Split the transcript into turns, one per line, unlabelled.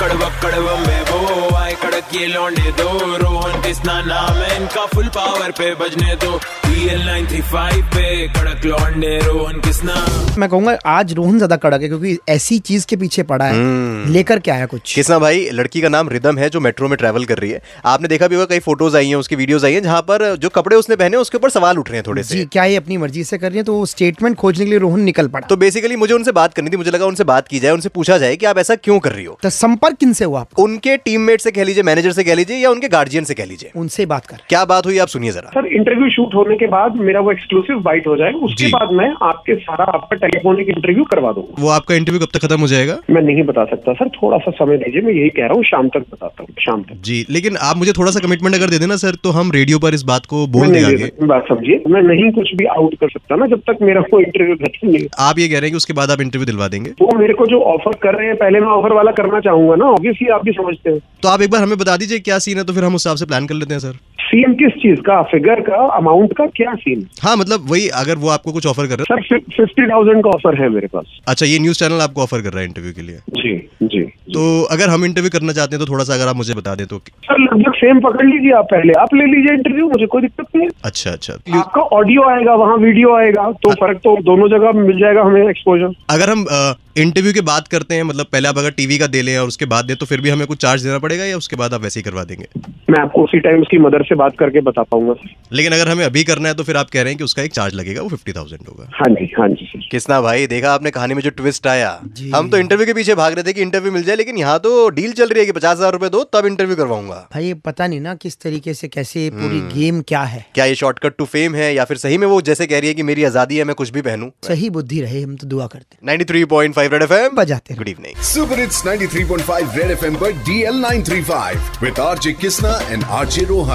कड़वा कड़वा में वो आए कड़क ये लौंडे दो रोहन किसना नाम है इनका फुल पावर पे बजने दो एल नाइन थ्री फाइव पे कड़क लौंडे रोहन किसना
मैं कहूंगा आज रोहन ज्यादा कड़क है क्योंकि ऐसी चीज के पीछे पड़ा है लेकर के आया कुछ
किसना भाई लड़की का नाम रिदम है जो मेट्रो में ट्रैवल कर रही है आपने देखा भी होगा कई फोटोज आई हैं उसकी वीडियोज आई हैं जहाँ पर जो कपड़े उसने पहने उसके ऊपर सवाल उठ रहे हैं थोड़े
जी
से
क्या ये अपनी मर्जी से कर रही है तो स्टेटमेंट खोजने के लिए रोहन निकल पड़ा
तो बेसिकली मुझे उनसे बात करनी थी मुझे लगा उनसे बात की जाए उनसे पूछा जाए कि आप ऐसा क्यों कर रही हो
तो संपर्क किन से हुआ आपका
उनके टीममेट से कह लीजिए मैनेजर से कह लीजिए या उनके गार्जियन से कह लीजिए
उनसे बात कर
क्या बात हुई आप सुनिए जरा
सर इंटरव्यू शूट होने के बाद मेरा वो एक्सक्लूसिव बाइट हो जाए उसके
जी।
बाद मैं आपके सारा आपका टेलीफोनिक इंटरव्यू करवा दूंगा
वो आपका इंटरव्यू कब तक खत्म हो जाएगा
मैं नहीं बता सकता सर थोड़ा सा समय दीजिए मैं यही कह रहा हूँ शाम तक बताता हूँ शाम तक
जी लेकिन आप मुझे थोड़ा सा कमिटमेंट अगर दे देना सर तो हम रेडियो पर इस बात को
मैं नहीं दे सकता, बात समझिए मैं नहीं कुछ भी आउट कर सकता ना जब तक मेरा वो इंटरव्यू खत्म नहीं होता।
आप ये कह रहे हैं कि उसके बाद आप इंटरव्यू दिलवा देंगे
वो मेरे को जो ऑफर कर रहे हैं पहले मैं ऑफर वाला करना चाहूंगा ना ऑब्वियसली आप भी समझते हैं
तो आप एक बार हमें बता दीजिए क्या सीन है तो फिर हम उस हिसाब से प्लान कर लेते हैं सर
सीन किस चीज का फिगर का अमाउंट का क्या सीन
हाँ मतलब वही अगर वो आपको कुछ ऑफर कर रहा
सर फिफ्टी थाउजेंड का ऑफर है मेरे पास
है अच्छा ये न्यूज चैनल आपको ऑफर कर रहा है इंटरव्यू के लिए
जी जी
तो अगर हम इंटरव्यू करना चाहते हैं तो थोड़ा सा अगर आप मुझे बता दें तो
सर लगभग सेम पकड़ लीजिए आप पहले आप ले लीजिए इंटरव्यू मुझे कोई दिक्कत नहीं है
अच्छा अच्छा
आपका ऑडियो आएगा वहाँ वीडियो आएगा तो फर्क तो दोनों जगह मिल जाएगा हमें एक्सपोजर
अगर हम इंटरव्यू की बात करते हैं मतलब पहले आप अगर टीवी का दे लें और उसके बाद दें तो फिर भी हमें कुछ चार्ज देना पड़ेगा या उसके बाद आप वैसे ही करवा देंगे
मैं आपको उसी टाइम उसकी मदर से बात करके बता पाऊंगा सर
लेकिन अगर हमें अभी करना है तो फिर आप कह रहे हैं कि उसका एक चार्ज लगेगा वो फिफ्टी थाउजेंड होगा
हाँ जी हाँ जी सर
किसना भाई देखा आपने कहानी में जो ट्विस्ट आया हम तो इंटरव्यू के पीछे भाग रहे थे कि इंटरव्यू मिल जाए लेकिन यहाँ तो डील चल रही है कि पचास हजार रूपए दो तब इंटरव्यू करवाऊंगा
भाई ये पता नहीं ना किस तरीके से कैसे पूरी गेम क्या है
क्या ये शॉर्टकट टू फेम है या फिर सही में वो जैसे कह रही है कि मेरी आजादी है मैं कुछ भी पहनूं
सही बुद्धि रहे हम तो दुआ करते
93.5 three point five red F M
बजाते रहो।
Good evening
Super Hits 93.5 Red FM पर DL935 with RJ Kisna and RJ Rohan.